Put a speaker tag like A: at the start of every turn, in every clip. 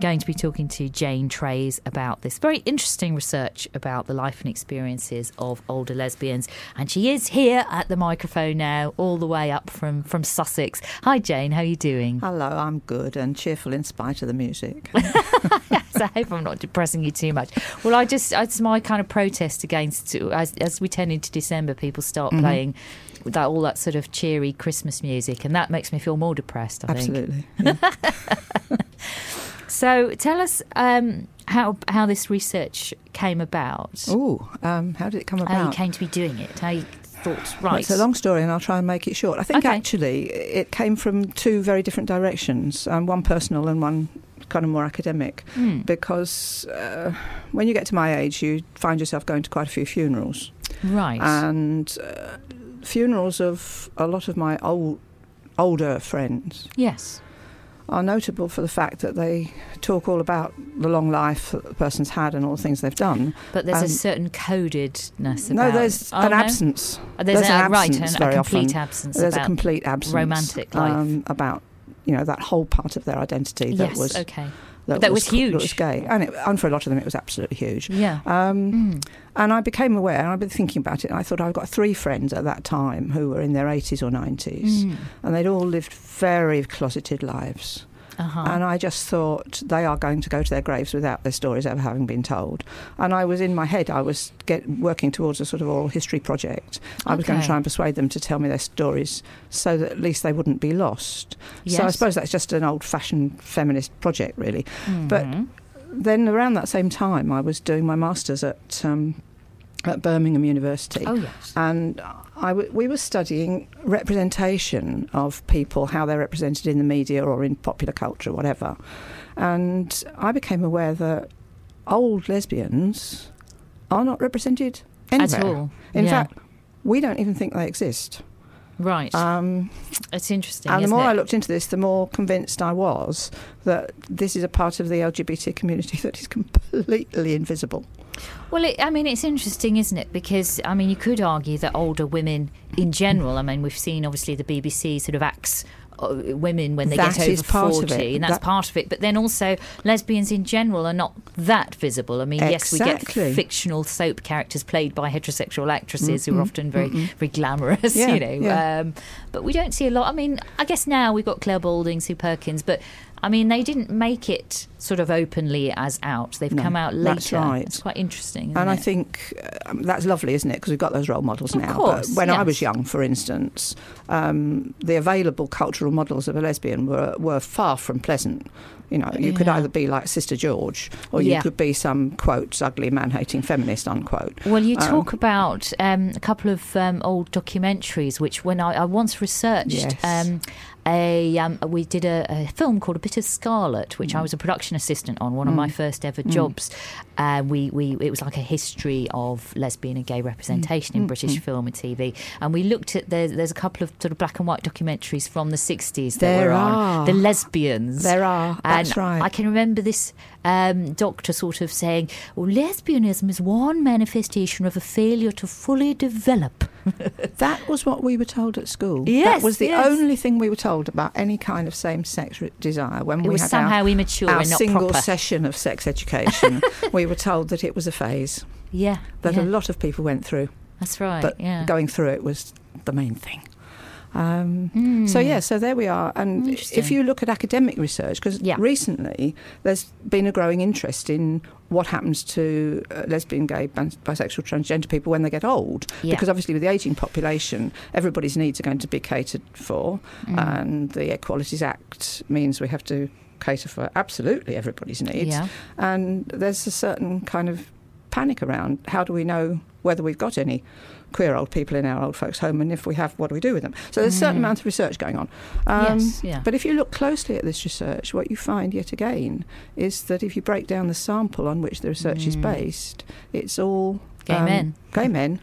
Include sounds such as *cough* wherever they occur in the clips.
A: going to be talking to Jane Trays about this very interesting research about the life and experiences of older lesbians. And she is here at the microphone now, all the way up from, from Sussex. Hi, Jane, how are you doing? *laughs*
B: Hello, I'm good and cheerful in spite of the music.
A: yes, I hope I'm not depressing you too much. Well, I just, it's my kind of protest against, as, as we turn into December, people start mm-hmm. playing that all that sort of cheery Christmas music, and that makes me feel more depressed. I
B: Absolutely. think. Yeah.
A: so, tell us um, how how this research came about.
B: Oh, um, how did it come about?
A: How you came to be doing it? How you thought? Right.
B: It's a long story, and I'll try and make it short. I think okay. actually it came from two very different directions, um, one personal and one kind of more academic
A: Hmm,
B: mm. because uh, when you get to my age you find yourself going to quite a few funerals
A: right
B: and uh, funerals of a lot of my old older friends.
A: Yes.
B: Are notable for the fact that they talk all about the long life that the person's had and all the things they've done.
A: But there's um, a certain codedness.
B: no, there's
A: oh,
B: an
A: no?
B: absence.
A: Oh, there's,
B: there's, an,
A: right,
B: absence
A: an,
B: very
A: a complete
B: often.
A: absence.
B: There's
A: a
B: complete absence.
A: Romantic life um,
B: about you know that whole part of their identity that
A: yes,
B: was
A: okay.
B: That,
A: that
B: was,
A: was, huge.
B: That was gay, and, it, and for a lot of them, it was absolutely huge.
A: Yeah. Hmm,
B: Um, mm. And I became aware, and I've been thinking about it. I thought I've got three friends at that time who were in their eighties or
A: hmm.
B: nineties, mm. and they'd all lived very closeted lives. Uh-huh. And I just thought they are going to go to their graves without their stories ever having been told. And I was in my head, I was get, working towards a sort of oral history project. I okay. was going to try and persuade them to tell me their stories so that at least they wouldn't be lost.
A: Yes.
B: So I suppose that's just an old fashioned feminist project, really. Mm-hmm. But then around that same time, I was doing my master's at. Um, at Birmingham University.
A: Oh, yes.
B: And w- we were studying representation of people, how they're represented in the media or in popular culture, whatever. And I became aware that old lesbians are not represented anywhere.
A: At all.
B: In
A: yeah.
B: fact, we don't even think they exist.
A: Right.
B: Um,
A: it's interesting.
B: And the more
A: it?
B: I looked into this, the more convinced I was that this is a part of the LGBT community *laughs* that is completely invisible.
A: Well, it, I mean, it's interesting, isn't it? Because, I mean, you could argue that older women in general, I mean, we've seen obviously the BBC sort of acts uh, women when they
B: that
A: get over
B: forty,
A: and that's
B: that
A: part of it. But then also, lesbians in general are not that visible. I mean,
B: exactly.
A: yes, we get fictional soap characters played by heterosexual actresses mm-hmm. who are often very, mm-hmm. very glamorous, *laughs*
B: Mm. yeah,
A: you know.
B: Yeah.
A: Um, but we don't see a lot. I mean, I guess now we've got Claire Balding, Sue Perkins, but I mean, they didn't make it sort of openly as out. They've
B: no,
A: come out later.
B: That's right.
A: It's quite interesting.
B: and I
A: it?
B: think um, that's lovely, isn't it? Because we've got those role models
A: of
B: now.
A: Course,
B: but when
A: yes.
B: I was young, for instance, um, the available cultural models of a lesbian were, were far from pleasant. You know, you could
A: Yeah.
B: either be like Sister George, or you
A: Yeah.
B: could be some quote ugly man hating feminist unquote.
A: Well, you
B: Um,
A: talk about um, a couple of um, old documentaries, which when I, I once researched.
B: Yes.
A: Um, a, um, we did a, a film called A Bit of Scarlet,
B: Mm.
A: which I was a production assistant on, one of my first ever jobs. Uh, we, we, it was like a history of lesbian and gay
B: Mm.
A: representation in British film and TV. And we looked at, the, there's a couple of sort of black and white documentaries from the 60s that
B: There
A: were on.
B: are.
A: The Lesbians.
B: There are.
A: And
B: That's right.
A: I can remember this um, doctor sort of saying, well, lesbianism is one manifestation of a failure to fully develop.
B: That was what we were told at school.
A: Yes,
B: that was the
A: yes.
B: only thing we were told about any kind of same-sex re- desire when
A: It
B: we
A: was
B: had
A: somehow
B: our,
A: immature
B: our
A: and not
B: single
A: proper.
B: session of sex education.
A: *laughs*
B: we were told that it was a phase
A: Yeah.
B: that
A: yeah,
B: a lot of people went through,
A: that's right.
B: but
A: yeah.
B: going through it was the main thing. Um,
A: Hmm.
B: So yeah, so there we are. And if
A: Interesting.
B: you look at academic research, because
A: Yeah.
B: recently there's been a growing interest in what happens to uh, lesbian, gay, bans- bisexual, transgender people when they get old,
A: Yeah.
B: because obviously with the ageing population, everybody's needs are going to be catered for,
A: Hmm.
B: and the Equalities Act means we have to cater for absolutely everybody's needs.
A: Yeah.
B: And there's a certain kind of panic around how do we know whether we've got any queer old people in our old folks' home, and if we have, what do we do with them? So there's a certain amount of research going on. Um,
A: Yes, yeah.
B: But if you look closely at this research, what you find yet again is that if you break down the sample on which the research is based, it's all
A: Gay men.
B: gay men,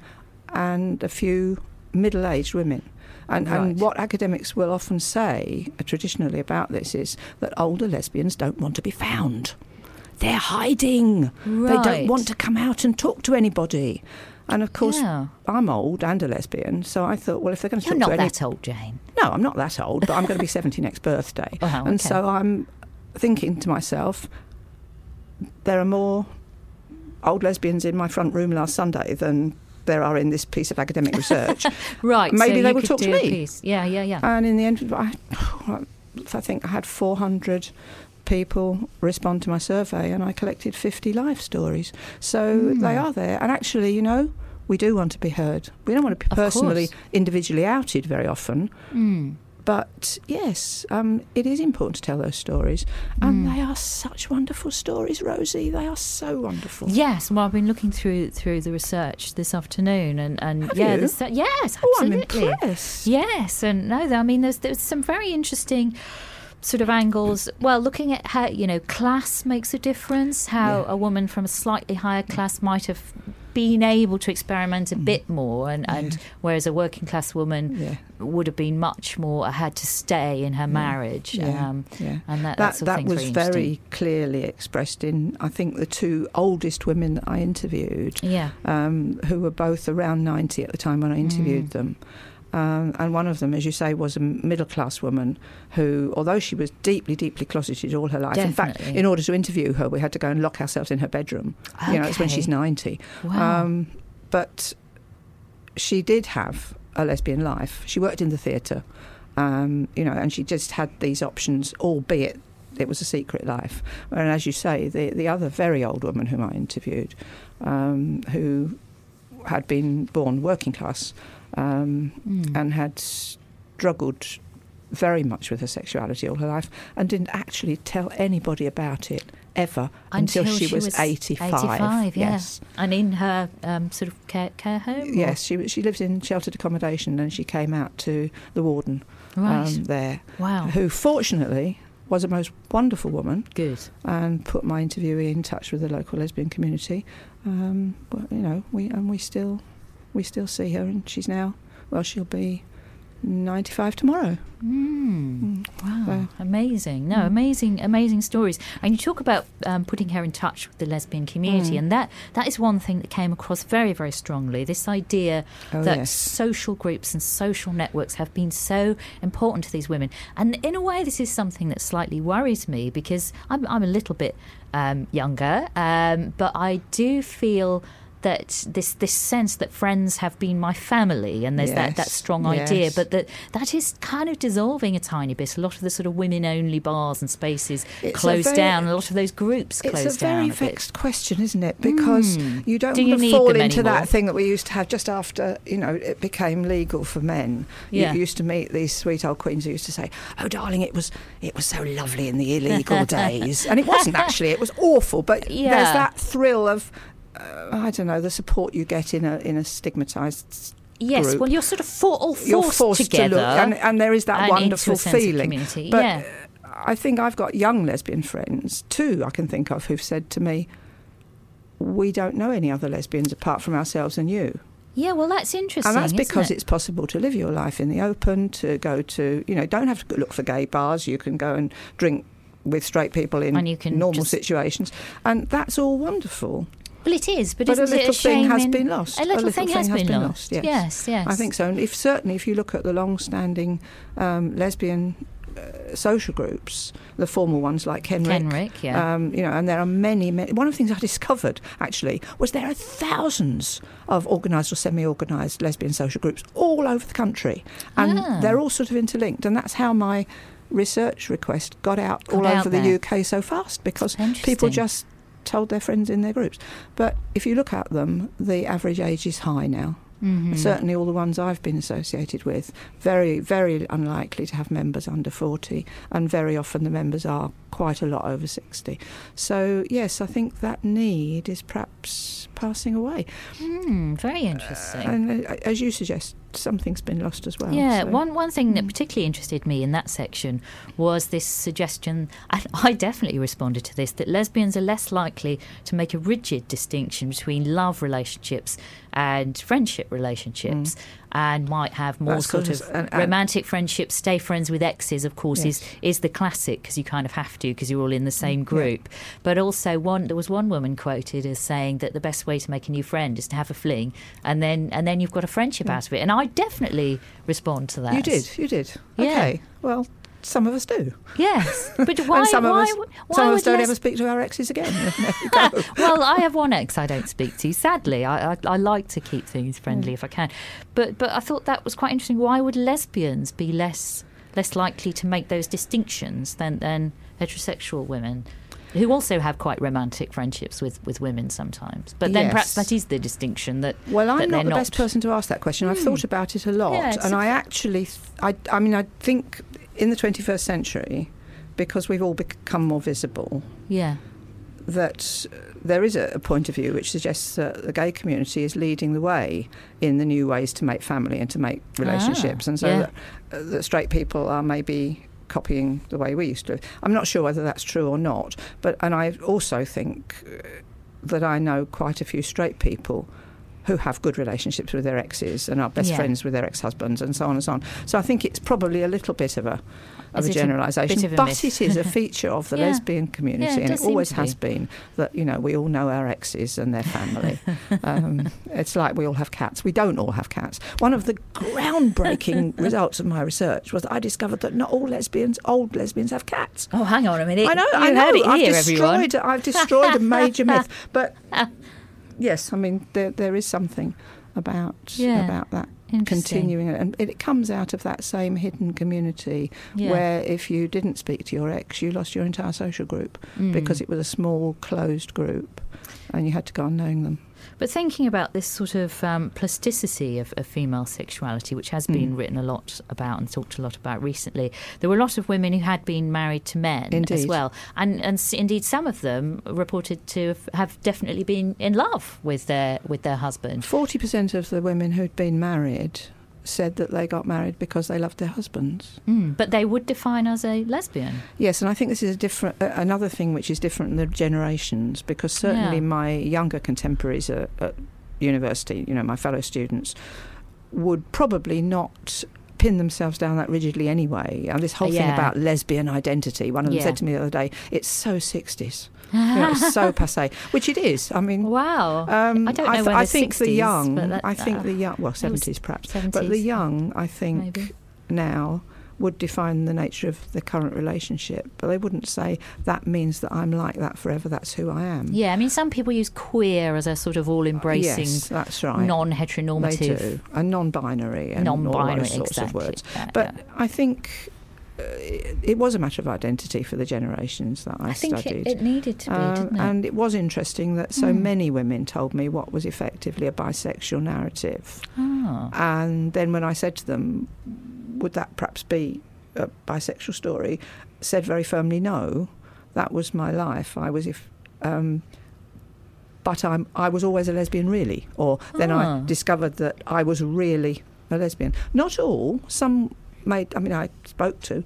B: and a few middle-aged women. And,
A: Right.
B: and what academics will often say uh, traditionally about this is that older lesbians don't want to be found. They're hiding. They
A: Right.
B: don't want to come out and talk to anybody. And of course,
A: Yeah.
B: I'm old and a lesbian, so I thought, well, if they're going to
A: You're
B: talk
A: not
B: to any-
A: that old, Jane. Oh,
B: no, I'm not that old, but I'm going to be 70 next birthday.
A: Wow,
B: and
A: okay.
B: so I'm thinking to myself, there are more old lesbians in my front room last Sunday than there are in this piece of
A: *laughs*
B: academic research.
A: right.
B: Maybe
A: so
B: they
A: you
B: will
A: could
B: talk to
A: do a
B: me. Uh,
A: piece. Yeah, yeah, yeah.
B: And in the end, I, I think I had 400 people respond to my survey, and I collected 50 life stories. So
A: Mm.
B: they are there. And actually, you know, we do want to be heard. We don't want to be
A: Of
B: personally,
A: course.
B: individually outed very often.
A: Mm.
B: But yes, um, it is important to tell those stories. And
A: Mm.
B: they are such wonderful stories, Rosie. They are so wonderful.
A: Yes, well, I've been looking through through the research this afternoon, and and
B: Have
A: yeah,
B: you?
A: there's so- yes,
B: Oh, I'm
A: absolutely,
B: impressed.
A: yes, and no, I mean, there's there's some very interesting sort of angles. Well, looking at how you know class makes a difference, how
B: Yeah.
A: a woman from a slightly higher class might have been able to experiment a bit more, and and
B: Mm. Yeah.
A: whereas a working class woman
B: Yeah.
A: would have been much more had to stay in her marriage,
B: Yeah,
A: um,
B: yeah.
A: and that
B: that
A: sort of
B: that
A: thing's
B: was very clearly expressed in I think the two oldest women that I interviewed,
A: interesting. yeah,
B: um, who were both around ninety at the time when I
A: Mm.
B: interviewed them. Um, and one of them, as you say, was a middle class woman who, although she was deeply, deeply closeted all her life, in fact,
A: Definitely.
B: in order to interview her, we had to go and lock ourselves in her bedroom. You know, it's when
A: Okay.
B: she's 90.
A: wow,
B: Um, but she did have a lesbian life. She worked in the theatre, um, you know, and she just had these options, albeit it was a secret life. And as you say, the, the other very old woman whom I interviewed, um, who had been born working class um,
A: Mm.
B: and had struggled very much with her sexuality all her life and didn't actually tell anybody about it ever until, she, was, 85.
A: 85, yeah.
B: Yes.
A: and in her um, sort of care, care home. or-
B: Yes, she she lives in sheltered accommodation, and she came out to the warden
A: right. Oh.
B: um, there,
A: wow.
B: who fortunately was a most wonderful woman,
A: Good.
B: and put my interviewee in touch with the local lesbian community. Um, but you know, we and we still we still see her, and she's now well, she'll be ninety five tomorrow.
A: Mm.
B: Mm.
A: Wow.
B: So-
A: Amazing. No,
B: Mm.
A: amazing, amazing stories. And you talk about um, putting her in touch with the lesbian community,
B: Mm.
A: and that that is one thing that came across very, very strongly. This idea
B: Oh
A: that
B: yes,
A: social groups and social networks have been so important to these women. And in a way, this is something that slightly worries me because I'm, I'm a little bit um, younger, um, but I do feel. That this this sense that friends have been my family, and there's that, that
B: Yes,
A: strong
B: yes.
A: idea, but that that is kind of dissolving a tiny bit. A lot of the sort of women only bars and spaces
B: It's a
A: close
B: very-
A: down. A lot of those groups
B: it's
A: close
B: a very
A: down. a bit.
B: vexed question, isn't it? Because
A: Mm.
B: you don't
A: Do you
B: want
A: need
B: to fall
A: them
B: into
A: anymore?
B: that thing that we used to have just after you know it became legal for men.
A: Yeah.
B: You used to meet these sweet old queens who used to say, "Oh, darling, it was it was so lovely in
A: *laughs*
B: the illegal days," and it wasn't actually. It was awful, but
A: Yeah.
B: there's that thrill of. Uh, I don't know the support you get in a in a stigmatized
A: Yes,
B: group.
A: well, you're sort of for, all forced,
B: you're forced
A: together,
B: to look and, and there is that
A: and into
B: wonderful
A: a sense of
B: feeling
A: community.
B: but
A: yeah.
B: I think I've got young lesbian friends too, I can think of, who've said to me, We don't know any other lesbians apart from ourselves and you.
A: Yeah, well, that's interesting.
B: And that's
A: isn't
B: because
A: it?
B: it's possible to live your life in the open, to go to, you know, don't have to look for gay bars. You can go and drink with straight people in
A: And you can
B: normal
A: just-
B: situations. And that's all wonderful.
A: well, it is, but,
B: But a
A: isn't it
B: little
A: a shame
B: thing has
A: in-
B: been lost.
A: A little, thing, has, been, lost.
B: yes.
A: yes, yes.
B: I think so. And if certainly, if you look at the long-standing um, lesbian uh, social groups, the formal ones like Kenrick,
A: Kenrick, yeah.
B: um, you know, and there are many, many. One of the things I discovered actually was there are thousands of organised or semi-organised lesbian social groups all over the country, and
A: Ah.
B: they're all sort of interlinked, and that's how my research request got out
A: Got
B: all
A: out
B: over
A: there.
B: the UK so fast because people
A: Interesting.
B: just told their friends in their groups. But if you look at them, the average age is high now.
A: Mhm.
B: Certainly, all the ones I've been associated with, very, very unlikely to have members under 40, and very often the members are quite a lot over 60. So, yes, I think that need is perhaps passing away.
A: Hmm, very interesting.
B: And uh, as you suggest, something's been lost as well.
A: Yeah,
B: so- Hmm.
A: one one thing that particularly interested me in that section was this suggestion, and *laughs* I definitely responded to this, that lesbians are less likely to make a rigid distinction between love relationships and friendship relationships, and might have more
B: Hmm. That's
A: sort
B: good.
A: of
B: And- and-
A: romantic friendships. Stay friends with exes, of course, is
B: Yes.
A: is the classic because you kind of have to because you're all in the
B: Mm,
A: same group. But also, one there was one woman quoted as saying that the best way to make a new friend is to have a fling, and then and then you've got a friendship out of it. And I definitely respond to that.
B: You Mm. did, you did.
A: Yeah.
B: Okay, well, some of us do.
A: Yes, but why?
B: *laughs* and some
A: why,
B: of us,
A: why
B: some of
A: would
B: us don't
A: Les-
B: ever speak to our exes again.
A: *laughs* well, I have one ex I don't speak to. Sadly, I, I, I like to keep things friendly if I can. But but I thought that was quite interesting. Why would lesbians be less less likely to make those distinctions than than heterosexual women? Who also have quite romantic friendships with, with women sometimes, but then perhaps
B: Yes.
A: that is the distinction that
B: Well,
A: that
B: I'm
A: they're Hmm.
B: not the best person to ask that question. I've thought about it a lot,
A: Yeah, it's
B: and
A: a-
B: I actually, th- I, I mean, I think in the 21st century, because we've all become more visible,
A: Yeah,
B: that uh, there is a, a point of view which suggests that the gay community is leading the way in the new ways to make family and to make relationships, and so
A: Ah, yeah.
B: that, uh, that straight people are maybe copying the way we used to. I'm not sure whether that's true or not, but and I also think uh, that I know quite a few straight people who have good relationships with their exes and are best
A: Yeah.
B: friends with their ex-husbands and so on and so on. So I think it's probably a little bit of a
A: Is
B: of a
A: it a
B: generalisation,
A: bit of a
B: but
A: myth?
B: it
A: *laughs*
B: is a feature of the
A: Yeah.
B: lesbian community,
A: Yeah, it
B: and
A: does
B: it
A: seem
B: always
A: to
B: has been that you know we all know our exes and
A: *laughs*
B: their family. um, it's like we all have cats. We don't all have cats. One of the
A: *laughs*
B: groundbreaking results of my research was that I discovered that not all lesbians, old lesbians, have cats.
A: Oh, hang on a minute!
B: I know.
A: you
B: I know.
A: heard it
B: I've
A: here, everyone.
B: destroyed. I've destroyed a major
A: *laughs*
B: myth. But yes, I mean there there is something about
A: Yeah.
B: about that
A: Interesting.
B: continuing it. and it comes out of that same hidden community
A: Yeah.
B: where if you didn't speak to your ex you lost your entire social group
A: Hmm.
B: because it was a small closed group and you had to go on knowing them
A: But thinking about this sort of um, plasticity of, of female sexuality, which has
B: Mm.
A: been written a lot about and talked a lot about recently, there were a lot of women who had been married to men as
B: Indeed.
A: well, and and s- indeed some of them reported to have- have definitely been in love with their with their husband.
B: 40% of the women who'd been married said that they got married because they loved their husbands
A: Mm. But they would define as a lesbian.
B: Yes, and I think this is a different, uh, another thing which is different in the generations because certainly
A: Yeah.
B: my younger contemporaries at, at university, you know, my fellow students, would probably not pin themselves down that rigidly anyway. And this whole thing
A: Yeah.
B: about lesbian identity, one of them
A: Yeah.
B: said to me the other day, it's so
A: *laughs*
B: 60s. You know, it's so passe, which it is. I mean,
A: Wow.
B: um,
A: I don't know
B: th-
A: when
B: I
A: the
B: think
A: 60s,
B: the young.
A: but that-
B: I think
A: uh,
B: the young. Well,
A: that was
B: seventies perhaps.
A: 70s,
B: But the young, I think
A: maybe.
B: now would define the nature of the current relationship, but they wouldn't say that means that I'm like that forever. That's who I am.
A: Yeah, I mean, some people use queer as a sort of all embracing,
B: Yes, that's right.
A: non
B: they
A: heteronormative,
B: do, and non-binary, and
A: non
B: all
A: binary,
B: those sorts
A: exactly.
B: of words.
A: Yeah,
B: But
A: yeah.
B: I think uh, it, it was a matter of identity for the generations that I,
A: I think
B: studied.
A: it, it needed to be,
B: Um,
A: didn't it?
B: And it was interesting that so
A: Mm.
B: many women told me what was effectively a bisexual narrative.
A: Ah.
B: And then when I said to them, would that perhaps be a bisexual story? Said very firmly, no, that was my life. I was if. Um, but I'm, I was always a lesbian, really. Or then
A: Ah.
B: I discovered that I was really a lesbian. Not all. Some made. I mean, I spoke to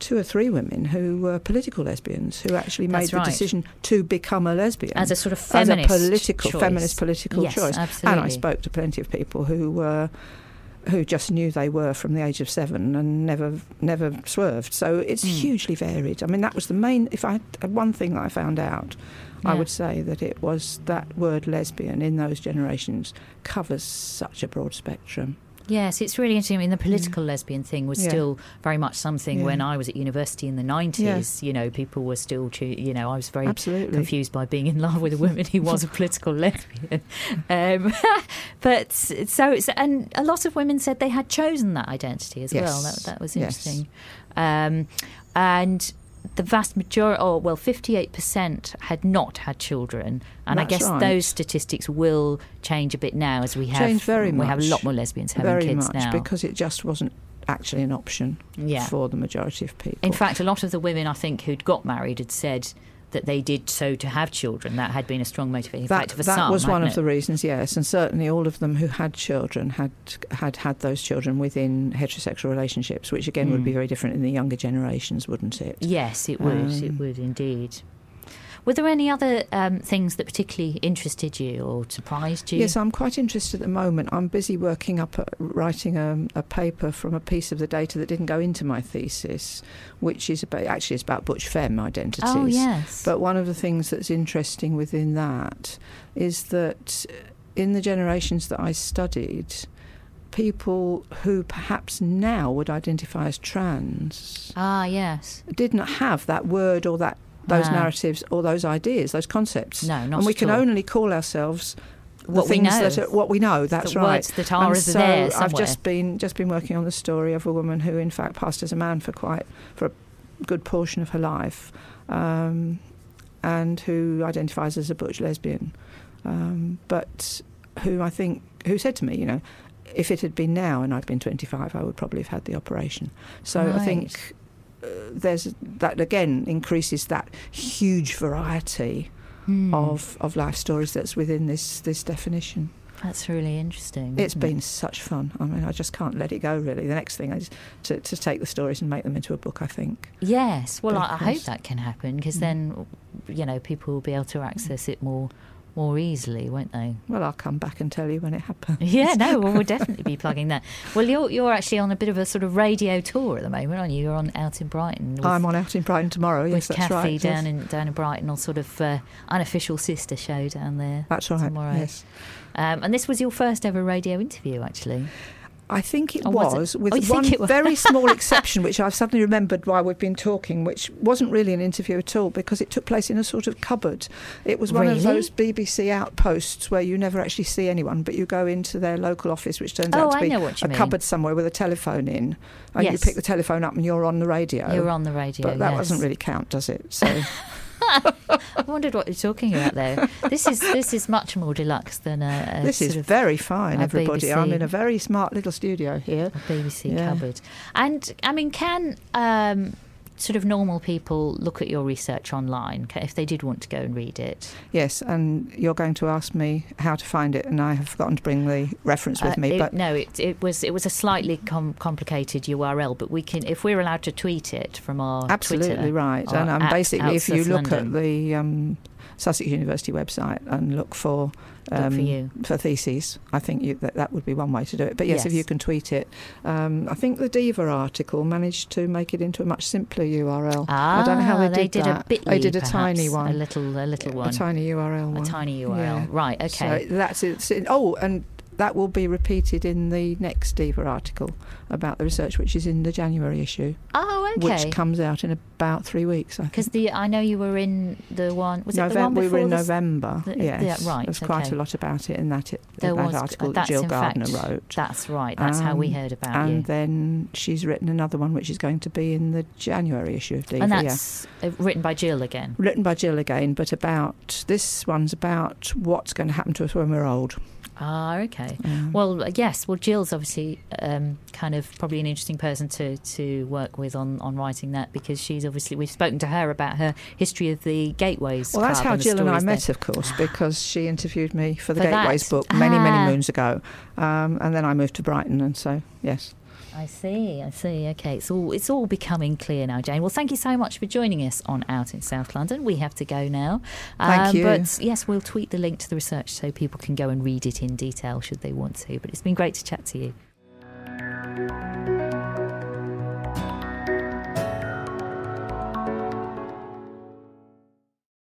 B: two or three women who were political lesbians who actually made
A: That's
B: the
A: right.
B: decision to become a lesbian
A: as a sort of
B: as a
A: feminist
B: political
A: choice.
B: feminist political
A: Yes,
B: choice. And I
A: absolutely.
B: spoke to plenty of people who were who just knew they were from the age of seven and never never swerved. So
A: Hmm.
B: it's hugely varied. I mean, that was the main. If I had uh, one thing that I found out, I
A: Yeah.
B: would say that it was that word lesbian in those generations covers such a broad spectrum.
A: Yes, it's really interesting. I mean, the political lesbian thing was
B: Mm. Yeah.
A: still very much something
B: Yeah.
A: when I was at university in the 90s. You know, people were still, choo- you know, I was very
B: Absolutely.
A: confused by being in love with a woman who was a political lesbian. Um, *laughs* but so, it's, and a lot of women said they had chosen that identity as well. That,
B: Yes,
A: that was
B: yes.
A: interesting. Um, and the vast majority, or well, 58% had not had children. And I
B: That's
A: guess
B: right.
A: those statistics will change a bit now as we have
B: Change very
A: we have a
B: much.
A: lot more lesbians having
B: Very
A: kids
B: much
A: now.
B: because it just wasn't actually an option
A: Yeah.
B: for the majority of people.
A: In fact, a lot of the women I think who'd got married had said that they did so to have children. That had been a strong motivating factor for
B: that
A: some.
B: was one
A: hadn't
B: of the
A: it?
B: reasons, yes, and certainly all of them who had children had had had those children within heterosexual relationships, which again would be very different in the younger generations, wouldn't it?
A: Hmm. Yes, it would.
B: Um,
A: it would indeed. Were there any other um, things that particularly interested you or surprised you?
B: Yes, I'm quite interested at the moment. I'm busy working up, a, writing a, a paper from a piece of the data that didn't go into my thesis, which is about actually it's about butch femme identities.
A: oh yes.
B: But one of the things that's interesting within that is that in the generations that I studied, people who perhaps now would identify as trans
A: Ah, yes.
B: didn't have that word or that those
A: Ah.
B: narratives or those ideas, those concepts.
A: No, not
B: and we
A: at
B: can
A: all.
B: only call ourselves the
A: What we
B: things
A: know.
B: that are, what we know. That's
A: The
B: right.
A: words that are
B: and
A: is
B: so
A: there
B: I've
A: somewhere.
B: just been just been working on the story of a woman who, in fact, passed as a man for quite for a good portion of her life, um, and who identifies as a butch lesbian, um, but who I think who said to me, you know. If it had been now and I'd been 25, I would probably have had the operation. So I think uh, there's that again increases that huge variety
A: Hmm.
B: of, of life stories that's within this, this definition.
A: That's really interesting.
B: It's
A: isn't it?
B: been such fun. I mean, I just can't let it go, really. The next thing is to, to take the stories and make them into a book, I think.
A: Yes. Well, I, I hope
B: Because-
A: that can happen because
B: Mm.
A: then, you know, people will be able to access it more more easily, won't they?
B: Well, I'll come back and tell you when it happens.
A: *laughs* Yeah, no, well, we'll definitely be plugging that. Well, you're, you're actually on a bit of a sort of radio tour at the moment, aren't you? You're on out in Brighton. With,
B: *laughs* I'm on out in Brighton tomorrow.
A: with
B: Yes, that's
A: Kathy
B: right.
A: down
B: yes.
A: in down in Brighton on sort of uh, unofficial sister show down there.
B: That's right.
A: tomorrow.
B: Yes,
A: Um, and this was your first ever radio interview, actually.
B: I think it
A: Or was
B: was,
A: it?
B: with
A: Oh, you think
B: one
A: it was? *laughs*
B: very small exception, which I've suddenly remembered while we've been talking, which wasn't really an interview at all because it took place in a sort of cupboard. It was one
A: Really?
B: of those BBC outposts where you never actually see anyone, but you go into their local office, which turns
A: Oh,
B: out to
A: I
B: be
A: know what you
B: a
A: mean.
B: cupboard somewhere with a telephone in, and you
A: Yes.
B: pick the telephone up and you're on the radio.
A: You're on the radio.
B: but that
A: yes.
B: doesn't really count, does it? So
A: *laughs* I wondered what you're talking about there. this is this is much more deluxe than a, a
B: this
A: sort
B: is
A: of
B: very fine,
A: a
B: everybody. I'm
A: BBC
B: in a very smart little studio here.
A: a BBC
B: Yeah.
A: cupboard. And I mean, can um, sort of normal people look at your research online ca- if they did want to go and read it?
B: Yes, and you're going to ask me how to find it, and I have forgotten to bring the reference with
A: Uh,
B: me.
A: it-
B: but
A: no, it, it was it was a slightly com- complicated URL, but we can if we're allowed to tweet it from our
B: absolutely
A: Twitter.
B: right.
A: or
B: And um,
A: at
B: basically, if you
A: Outsus
B: look
A: London.
B: at the um, Sussex University website and look for
A: Look
B: Um,
A: for you.
B: for theses, I think you, that that would be one way to do it. But yes, if
A: Yes.
B: you can tweet it, um, I think the Diva article managed to make it into a much simpler URL.
A: Ah,
B: I don't know how they
A: they
B: did
A: a
B: that.
A: bit.
B: They did a tiny
A: a
B: one.
A: little, a little one,
B: A tiny URL one.
A: a tiny URL.
B: Yeah.
A: Right. Okay.
B: So that's it. So- Oh, and that will be repeated in the next Diva article about the research, which is in the January issue,
A: oh, okay.
B: which comes out in about three weeks. I
A: Because
B: think.
A: the I know you were in the one. Was it the
B: Novem-
A: one before
B: we were in
A: the-
B: November.
A: the-
B: yes,
A: yeah, right,
B: There's quite
A: okay.
B: a lot about it in that, it,
A: There
B: in that
A: was,
B: article that
A: that's
B: Jill
A: in
B: Gardner
A: fact-
B: wrote.
A: That's right. That's how we
B: Um,
A: heard about
B: and
A: you.
B: then she's written another one, which is going to be in the January issue of Diva.
A: And
B: yeah.
A: that's uh, written by Jill again.
B: Written by Jill again, but about this one's about what's going to happen to us when we're old.
A: Ah, okay.
B: Um,
A: Well, uh, yes. Well, Jill's obviously um, kind of probably an interesting person to, to work with on, on writing that because she's obviously we've spoken to her about her history of the Gateways.
B: Well, that's
A: Club
B: how
A: the
B: Jill and I
A: stories
B: met,
A: there. *sighs*
B: of course, because she interviewed me for the
A: For that.
B: Gateways book many, many
A: Ah.
B: moons ago. Um, and then I moved to Brighton, and so, yes.
A: I see. I see. Okay, it's all it's all becoming clear now, Jane. Well, thank you so much for joining us on Out in South London. We have to go now. Um,
B: Thank you.
A: But yes, we'll tweet the link to the research so people can go and read it in detail should they want to. But it's been great to chat to you.